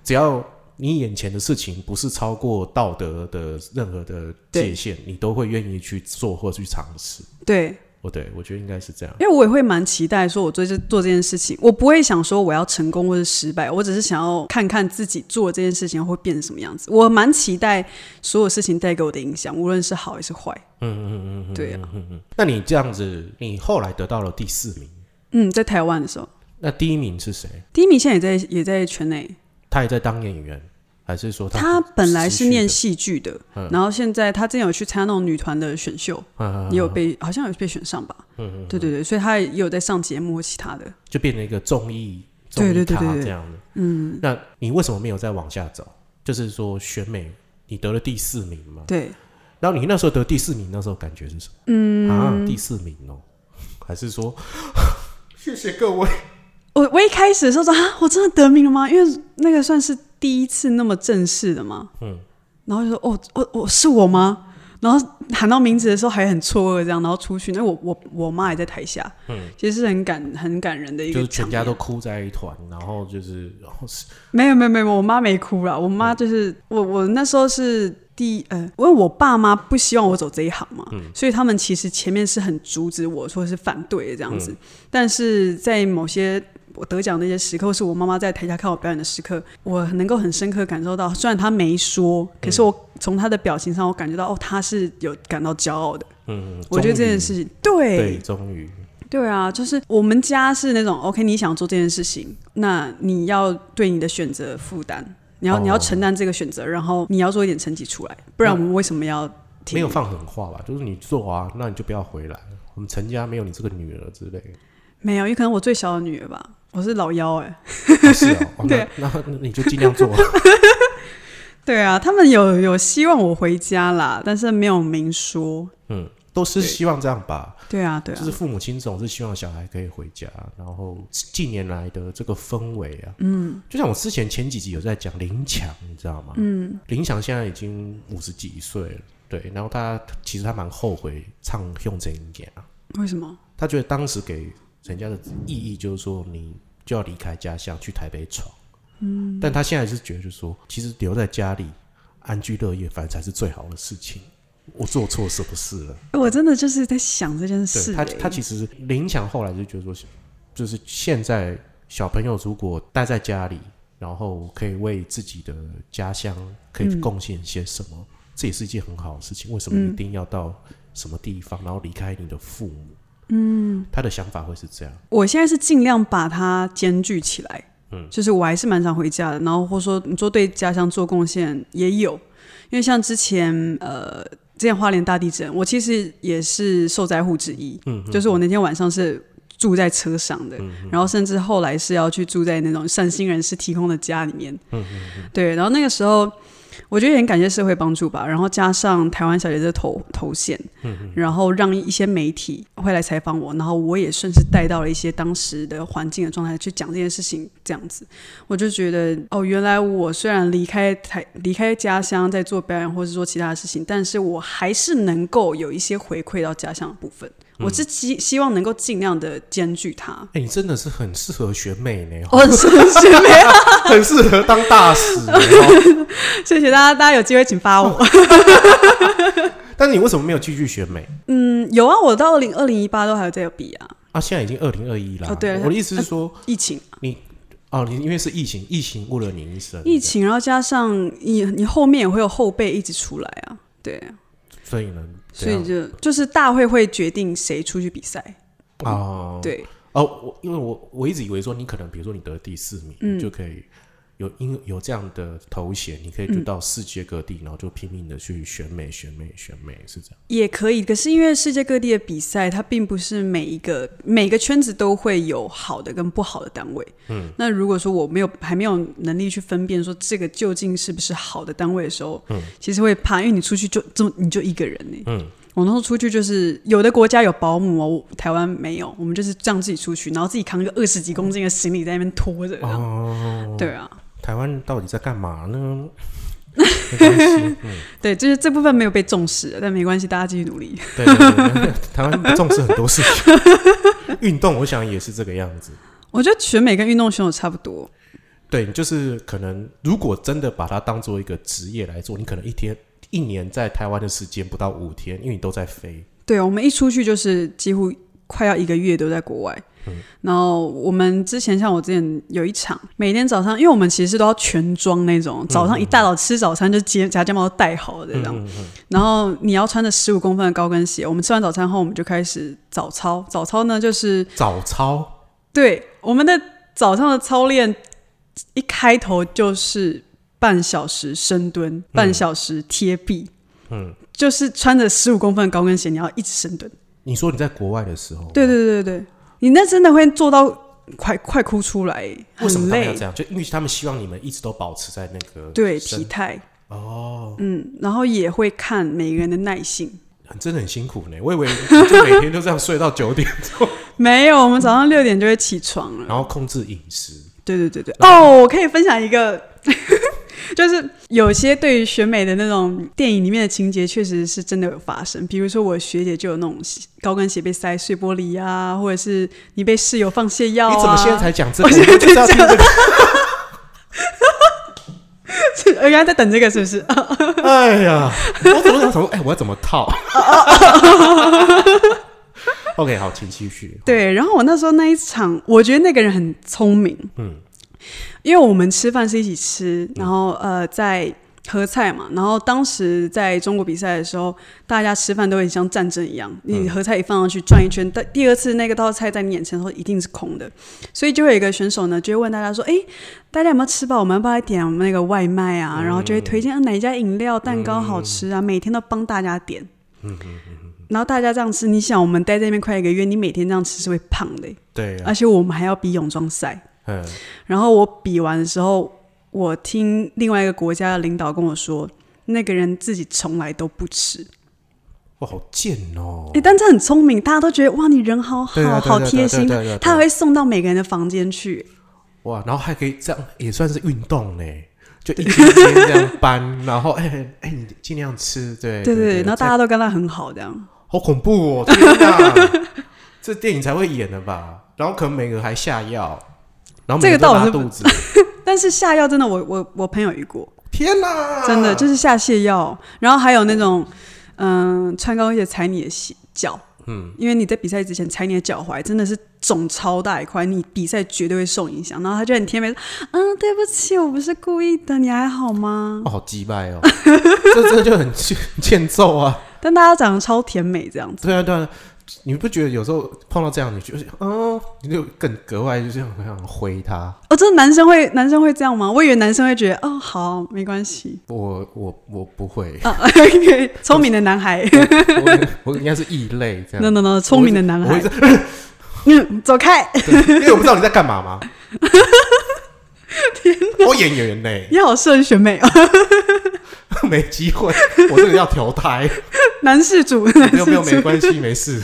只要你眼前的事情不是超过道德的任何的界对限，你都会愿意去做或去尝试。对，哦，对，我觉得应该是这样。因为我也会蛮期待说，我做这做这件事情，我不会想说我要成功或者失败，我只是想要看看自己做这件事情会变成什么样子。我蛮期待所有事情带给我的影响，无论是好还是坏。嗯嗯嗯嗯，对啊，那你这样子，你后来得到了第四名，嗯，在台湾的时候，那第一名是谁？第一名现在也在也在圈内，他也在当演员，还是说他他本来是念持续戏剧的，然后现在他之前有去参加那种女团的选秀，的嗯嗯嗯也有被好像有被选上吧。嗯嗯，对对对，所以他也有在上节目或其他的。就变成一个综艺综对艺对对咖对对这样的。嗯，那你为什么没有再往下走？就是说选美，你得了第四名嘛？对，然后你那时候得第四名，那时候感觉是什么？嗯啊，第四名哦， *laughs* 还是说 *laughs* 谢谢各位？我我一开始的时候说啊，我真的得名了吗？因为那个算是第一次那么正式的嘛。嗯。然后就说哦，我我是我吗？然后喊到名字的时候还很错愕，这样，然后出去，因为我我我妈也在台下，嗯，其实是很感很感人的一个就场是面，全家都哭在一团，然后就是嗯然后是没有没有没有，我妈没哭啦，我妈就是、我我那时候是第呃，因为我爸妈不希望我走这一行嘛，所以他们其实前面是很阻止我说是反对的这样子，但是在某些。我得奖的一些时刻，或是我妈妈在台下看我表演的时刻，我能够很深刻感受到。虽然她没说，可是我从她的表情上，我感觉到哦，她是有感到骄傲的。嗯，我觉得这终于件事情，对，终于对啊，就是我们家是那种 OK，你想做这件事情，那你要对你的选择负担，你要、哦你要承担这个选择，然后你要做一点成绩出来，不然我们为什么要听？没有放狠话吧？就是你做啊，那你就不要回来，我们陈家没有你这个女儿之类的。没有，有可能我最小的女儿吧，我是老幺哎、 *laughs* 哦是哦，哦对那那那你就尽量 *laughs* 做。对啊，他们有有希望我回家啦，但是没有明说。嗯，都是对希望这样吧。对啊，对啊，就是父母亲总是希望小孩可以回家，然后近年来的这个氛围啊，嗯，就像我之前前几集有在讲林强，你知道吗？嗯，林强现在已经五十几岁了，对，然后他其实他蛮后悔唱《用真言》啊，为什么？他觉得当时给人家的意义就是说你就要离开家乡去台北闯，嗯，但他现在是觉得就是说，其实留在家里安居乐业，反正才是最好的事情。我做错什么事了？我真的就是在想这件对事、他，欸。他其实林强后来就觉得说，就是现在小朋友如果待在家里，然后可以为自己的家乡可以贡献些什么，这也是一件很好的事情。为什么一定要到什么地方，然后离开你的父母？嗯，他的想法会是这样。我现在是尽量把它兼具起来，嗯，就是我还是蛮常回家的，然后或者说你说对家乡做贡献也有，因为像之前呃，之前花莲大地震，我其实也是受灾户之一，嗯，就是我那天晚上是。住在车上的，然后甚至后来是要去住在那种善心人士提供的家里面，对，然后那个时候我觉得也很感谢社会帮助吧，然后加上台湾小姐这头头衔，然后让一些媒体会来采访我，然后我也顺势带到了一些当时的环境的状态去讲这件事情，这样子，我就觉得哦，原来我虽然离开台、离开家乡，在做表演或者做其他的事情，但是我还是能够有一些回馈到家乡的部分。我是希希望能够尽量的兼具它。 *laughs* 哎、你真的是很适合选美呢，我很谢谢，很适合当大使呢。哦谢谢大家，大家有机会请发我。 *laughs* 但是你为什么没有继续选美？嗯，有啊，我到二零二零一八都还有在有比啊。啊，现在已经二零二一了。啊哦对我的意思是说，疫情，哦，你因为是疫情，疫情误了你一生，疫情，然后加上你你后面也会有后辈一直出来啊，对，所以呢，啊所以这样就就是大会会决定谁出去比赛，哦，对，哦，我因为我我一直以为说你可能比如说你得第四名，嗯就可以有因有这样的头衔，你可以嗯就到世界各地，然后就拼命的去选美、选美、选美，是这样。也可以。可是因为世界各地的比赛，它并不是每一个每个圈子都会有好的跟不好的单位，嗯，那如果说我没有还没有能力去分辨说这个究竟是不是好的单位的时候，嗯，其实会怕，因为你出去就这么你就一个人呢、嗯。我那时候出去就是有的国家有保姆哦，我台湾没有，我们就是这样自己出去，然后自己扛个二十几公斤的行李在那边拖着，哦，对啊，台湾到底在干嘛呢？没关系，对，就是这部分没有被重视，但没关系，大家继续努力。 *laughs* 对对对 *laughs* 对，台湾重视很多事情， *laughs* 运动我想也是这个样子。我觉得选美跟运动选手差不多，对，就是可能如果真的把它当做一个职业来做，你可能一天一年在台湾的时间不到五天，因为你都在飞。对我们一出去就是几乎快要一个月都在国外。然后我们之前像我之前有一场，每天早上，因为我们其实都要全装那种，早上一大早吃早餐就睫夹睫毛都戴好的这样，然后你要穿着十五公分的高跟鞋。我们吃完早餐后，我们就开始早操。早操呢，就是早操对我们的早上的操练，一开头就是半小时深嗯蹲，半小时贴壁，嗯，就是穿着十五公分的高跟鞋，你要一直深蹲。你说你在国外的时候，对，对对对对，你那真的会做到快快哭出来，为什么很他们要累这。样？就因为他们希望你们一直都保持在那个对身体态，哦，嗯，然后也会看每个人的耐性。真的很辛苦呢。我以为你就每天就这样睡到九点钟，没有，我们早上六点就会起床了。然后控制饮 *laughs* 食。对对对对，哦，我可以分享一个， *laughs* 就是有些对于选美的那种电影里面的情节，确实是真的有发生。比如说我学姐就有那种高跟鞋被塞碎玻璃啊，或者是你被室友放泻药啊。你怎么现 *laughs* 在才讲这个？我我现在们就是要在听这个。才？原来在等这个是不是？哎呀， *laughs* 我怎么想说，哎，我要怎么套 *laughs* ？OK，好，请继续。对，然后我那时候那一场，我觉得那个人很聪明，嗯，因为我们吃饭是一起吃，然后呃在合菜嘛，然后当时在中国比赛的时候，大家吃饭都很像战争一样，你合菜一放上去转一圈，但第二次那个道菜在你眼前的时候一定是空的，所以就会有一个选手呢，就会问大家说，哎，大家有没有吃饱？我们要不要来点我们那个外卖啊？然后就会推荐啊哪一家饮料、蛋糕好吃啊，每天都帮大家点。然后大家这样吃，你想我们待在那边快一个月，你每天这样吃是会胖的欸、对啊，而且我们还要比泳装赛。嗯，然后我比完的时候，我听另外一个国家的领导跟我说，那个人自己从来都不吃。哇，好贱哦哎、！但这很聪明，大家都觉得哇，你人好好，对啊对好啊贴心对啊对啊对啊对啊。他还会送到每个人的房间去。哇，然后还可以这样，也算是运动呢，就一天一天这样搬，然后哎哎，你尽量吃，对对对对对，然后大家家都跟他很好，这样。好恐怖哦！天哪， *laughs* 这电影才会演的吧？然后可能每个还下药，然后每这个都倒拉是肚 *laughs* 子，但是下药真的我，我我朋友遇过，天哪，真的就是是下泻药，然后还有那种嗯、穿高跟鞋踩你的鞋脚，嗯，因为你在比赛之前踩你的脚踝，真的是肿超大一块，你比赛绝对会受影响。然后他就很甜美说：“嗯，对不起，我不是故意的，你还好吗哦，好鸡掰哦，这这就很欠欠揍啊！？”但大家长得超甜美，这样子。对啊，对啊，你不觉得有时候碰到这样，你就是嗯，你就更格外就是很想挥他。哦，真的男生会男生会这样吗？我以为男生会觉得哦，好，没关系，我我我不会 *laughs* 啊。OK，聪明的男孩 *laughs* 我我应该是异类这，no 样。 no no，聪明的男我会孩是，嗯，走开， *laughs* 对因为我不知道你在干嘛嘛。我演员呢、 *laughs* 你好适合选美 *laughs* 哦，没机会，我这个要调胎，男士主，没有没有男士主 *laughs* 没关系，没事。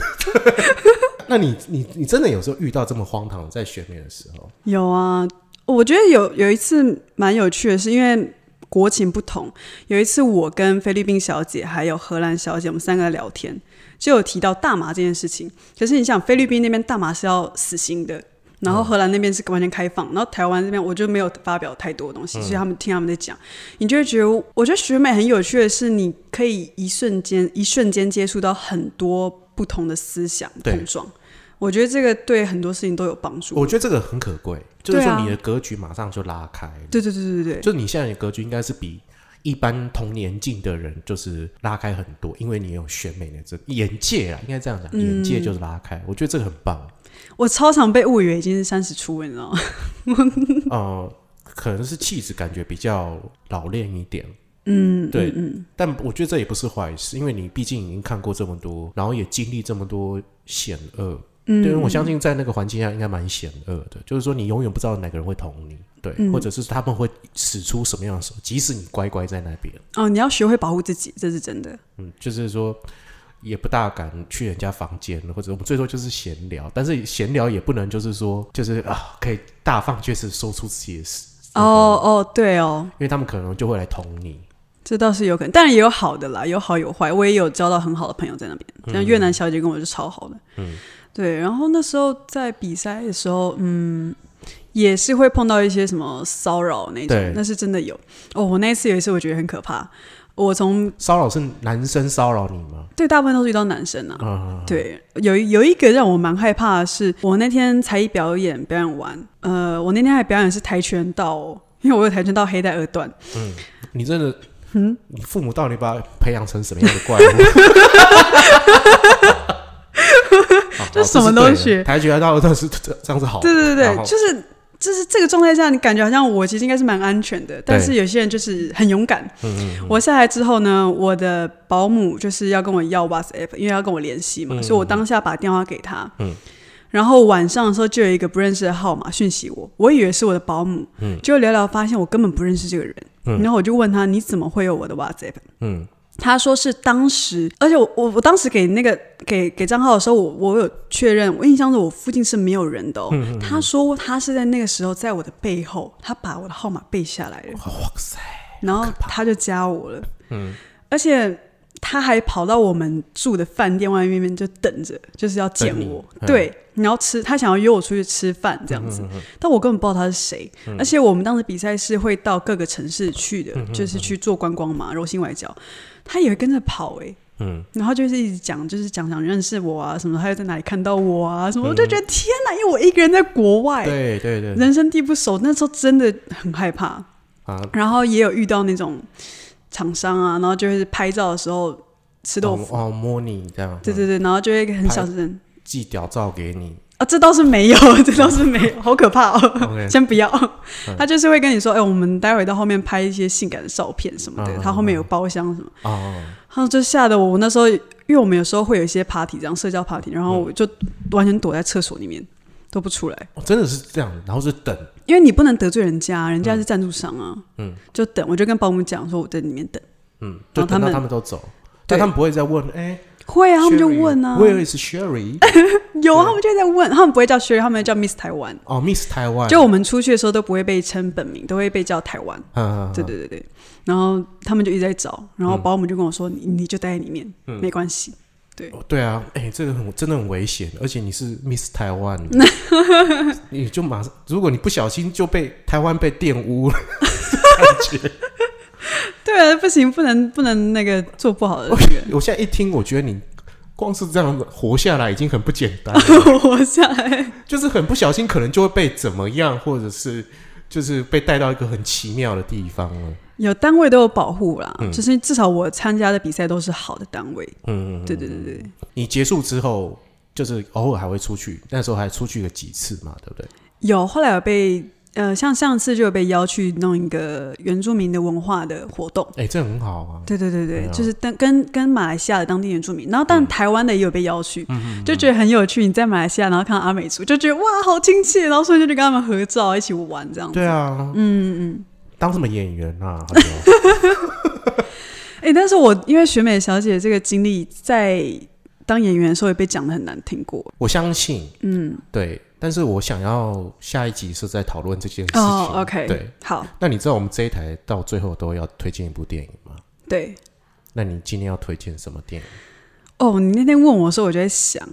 *laughs* 那你你你真的有时候遇到这么荒唐的在选美的时候，有啊，我觉得有有一次蛮有趣的是，因为国情不同，有一次我跟菲律宾小姐还有荷兰小姐，我们三个在聊天，就有提到大麻这件事情。可是你想，菲律宾那边大麻是要死刑的。然后荷兰那边是完全开放，然后台湾这边我就没有发表太多东西，所以他们听他们在讲，你就会觉得，我觉得学美很有趣的是，你可以一瞬间一瞬间接触到很多不同的思想对碰撞。我觉得这个对很多事情都有帮助。我觉得这个很可贵，就是对说啊你的格局马上就拉开了。对对对对对，就你现在的格局应该是比一般同年纪的人就是拉开很多，因为你有选美的这眼界啊，应该这样讲，嗯眼界就是拉开。我觉得这个很 *laughs* 棒。我超常被误以为已经是三十出了，你知道吗？呃，可能是气质感觉比较老练一点，嗯，对嗯嗯但我觉得这也不是坏事，因为你毕竟已经看过这么多，然后也经历这么多险恶。嗯，对，因为我相信在那个环境下应该蛮险恶的，就是说你永远不知道哪个人会捅你，对，嗯或者是他们会使出什么样的手，即使你乖乖在那边。哦，你要学会保护自己，这是真的。嗯，就是说也不大敢去人家房间，或者我们最多就是闲聊，但是闲聊也不能就是说就是啊，可以大放厥词说出自己的事，哦哦，对哦，因为他们可能就会来捅你。这倒是有可能，当然也有好的啦，有好有坏。我也有交到很好的朋友在那边，嗯像越南小姐跟我就超好的。嗯，对。然后那时候在比赛的时候，嗯，也是会碰到一些什么骚扰那对种，那是真的有。哦，我那一次有一次我觉得很可怕，我从骚扰是男生骚扰你吗？对大部分都是遇到男生啊，啊、对，有一有一个让我蛮害怕的是，我那天才艺表演表演完，呃，我那天还表演的是跆拳道、哦，因为我有跆拳道黑带二段，你真的，嗯，你父母到底把他培养成什么样的怪物？ *laughs* 好就什么都学跆拳道啊都是这这样是好的，对对对然后对，就是就是这个状态下，你感觉好像我其实应该是蛮安全的，但是有些人就是很勇敢。嗯我下来之后呢，我的保姆就是要跟我要 WhatsApp，因为要跟我联系嗯嘛，所以我当下把电话给他。然后晚上的时候，就有一个不认识的号码讯息我，我以为是我的保姆，嗯结果聊聊发现我根本不认识这个人，然后我就问他你怎么会有我的 WhatsApp？嗯，他说是当时，而且我我我当时给那个给给账号的时候，我我有确认，我印象中我附近是没有人的、哦。嗯他说他是在那个时候在我的背后，他把我的号码背下来了，哇塞，然后他就加我了。嗯，而且他还跑到我们住的饭店外面就等着，就是要见等你我。嗯对，然后吃，他想要约我出去吃饭这样子，但我根本不知道他是谁。嗯而且我们当时比赛是会到各个城市去的，就是去做观光嘛，柔性外交，他也会跟着跑哎、嗯，然后就是一直讲，就是讲讲认识我啊，什么，还有在哪里看到我啊，什么，我就觉得天哪，因为我一个人在国外，嗯对对对，人生地不熟，那时候真的很害怕。啊，然后也有遇到那种厂商啊，然后就是拍照的时候吃豆哦腐，哦，摸你这样，对对对，然后就会很小声嗯，寄屌照给你，啊，这倒是没有， *laughs* 这倒是没有，好可怕哦 OK *laughs* 嗯先不要。他就是会跟你说，哎、我们待会到后面拍一些性感的照片什么的，嗯嗯他后面有包厢什么，哦哦，然后就吓得我，我那时候因为我们有时候会有一些 party 这样社交 party，然嗯后我就完全躲在厕所里面都不出来。哦真的是这样，然后是等，因为你不能得罪人家，人家是赞助商啊，嗯，就等，我就跟保姆讲说我在里面等，嗯，然后就等到他们他们都走，对但他们不会再问，哎，会啊，他们就 Sherry，问啊， ，Where is Sherry？有，啊他们就在问，他们不会叫 Sherry，他们会叫 Miss 台湾。哦，Miss 台湾，就我们出去的时候都不会被称本名，都会被叫台湾。嗯，嗯对，对对对，然后他们就一直在找，然后保姆就跟我说：“你你就待在里面，没关系。嗯对啊，哎，这个很真的很危险，而且你是 Miss *laughs* 台湾，你就马上，如果你不小心就被台湾被玷污了， *laughs* 感觉，”对啊，不行，不能不能那个做不好的那个我现在一听，我觉得你光是这样活下来已经很不简单了。 *laughs* 活下来。就是很不小心，可能就会被怎么样，或者是就是被带到一个很奇妙的地方了。有单位都有保护啦，就是至少我参加的比赛都是好的单位。嗯，对对对对，你结束之后，就是偶尔还会出去，那时候还出去了几次嘛，对不对？有后来有被呃，像上次就有被邀去弄一个原住民的文化的活动。哎、这很好啊。对对对对，对啊嗯就是跟跟跟马来西亚的当地原住民，然后但台湾的也有被邀去，就觉得很有趣。你在马来西亚，然后看到阿美族，就觉得哇，好亲切，然后瞬间就跟他们合照，一起玩这样子。对啊，嗯嗯，当什么演员啊？好不好哎、但是我因为选美小姐这个经历，在当演员的时候也被讲的很难听过。我相 *laughs* 信，嗯，对。但是我想要下一集是在讨论这件事情。哦，OK，对。好，那你知道我们这一台到最后都要推荐一部电影吗？对。那你今天要推荐什么电影？哦，你那天问我的时候，我就在想，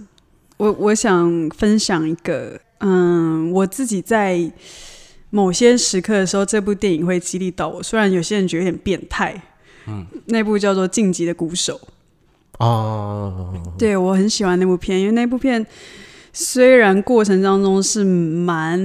我我想分享一个，嗯，我自己在某些时刻的时候，这部电影会激励到我。虽然有些人觉得有点变态，嗯，那部叫做《晋级的鼓手》，哦，对我很喜欢那部片，因为那部片虽然过程当中是蛮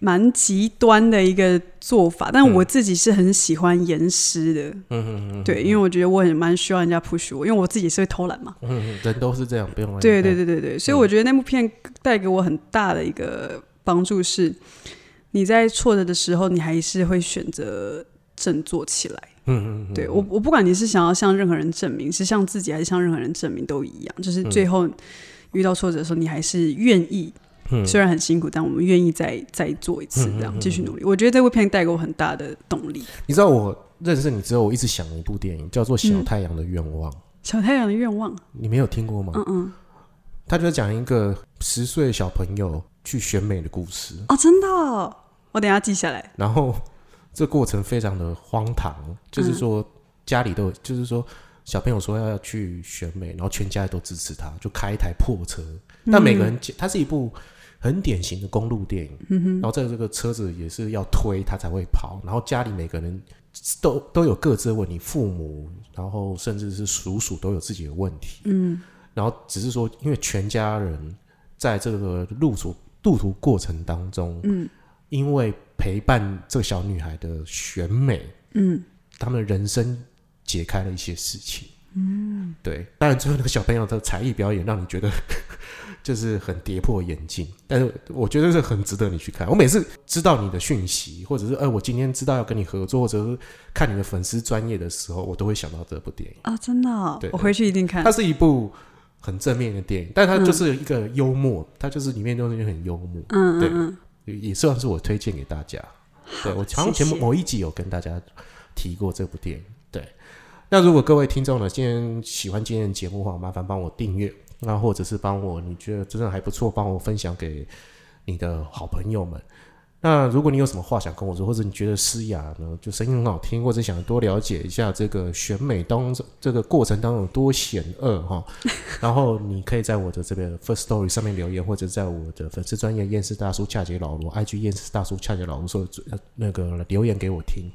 蛮极端的一个做法，但我自己是很喜欢严师的，嗯嗯嗯嗯，对，因为我觉得我很蛮需要人家 push 我，因为我自己是会偷懒嘛，嗯，人都是这样，不用对对，对对对，所以嗯我觉得那部片带给我很大的一个帮助是，你在挫折的时候，你还是会选择振作起来。嗯嗯，对我，我不管你是想要向任何人证明，是向自己还是向任何人证明都一样，就是最后遇到挫折的时候，你还是愿意，嗯虽然很辛苦，但我们愿意再再做一次，这样继续努力。我觉得这部片带给我很大的动力。你知道我认识你之后，我一直想一部电影叫做《小太阳的愿望》，小太阳的愿望，你没有听过吗？嗯嗯，他就是讲一个十岁小朋友去选美的故事，哦，真的哦，我等一下记下来。然后这过程非常的荒唐，就是说嗯家里都有，就是说小朋友说要去选美，然后全家都支持他，就开一台破车，但嗯每个人它是一部很典型的公路电影，然后在这个车子也是要推它才会跑，然后家里每个人都都有各自的问题，父母，然后甚至是叔叔都有自己的问题，嗯，然后只是说因为全家人在这个路途路途过程当中，嗯，因为陪伴这个小女孩的选美，嗯，他们人生解开了一些事情。嗯，对，当然最后那个小朋友的才艺表演让你觉得就是很跌破眼镜，但是我觉得是很值得你去看。我每次知道你的讯息，或者是呃，我今天知道要跟你合作，或者是看你的粉丝专业的时候，我都会想到这部电影。啊、真的哦、对我回去一定看它。是一部很正面的电影，但它就是一个幽默，它就是里面东西很幽默，嗯对嗯嗯，也算是我推荐给大家。对我好像谢前谢某一集有跟大家提过这部电影。对，那如果各位听众呢，今天喜欢今天的节目的话，麻烦帮我订阅，那或者是帮我你觉得真的还不错，帮我分享给你的好朋友们。那如果你有什么话想跟我说，或者你觉得诗雅呢就声音很好听，或者想多了解一下这个选美当中这个过程当中有多险恶哈，然后你可以在我的这边 First Story 上面留言，或者在我的粉丝专业验视大叔恰杰老罗 IG 验视大叔恰杰老罗说呃那个留言给我听。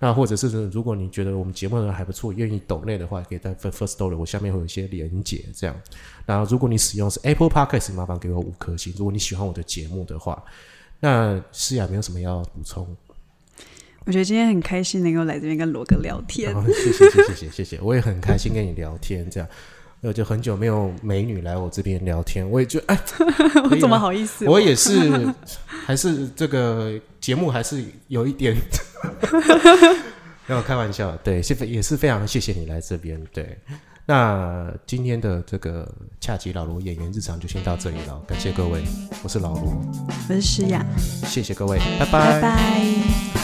那或者是如果你觉得我们节目呢还不错，愿意抖内的话，可以在 First Story 我下面会有一些连结这样。然后如果你使用是 Apple Podcast，麻烦给我五颗星。如果你喜欢我的节目的话，那诗雅没有什么要补充。我觉得今天很开心能够来这边跟罗哥聊天。然后谢谢谢谢谢谢谢，我也很开心跟你聊天，这样，我就很久没有美女来我这边聊天，我也觉得哎，可 *laughs* 我以怎么吗好意思？我也是， *laughs* 还是这个节目还是有一点，没有开玩笑，对，谢也是非常谢谢你来这边，对。那今天的这个恰吉老罗演员日常就先到这里了，感谢各位，我是老罗，我是诗雅，谢谢各位，拜拜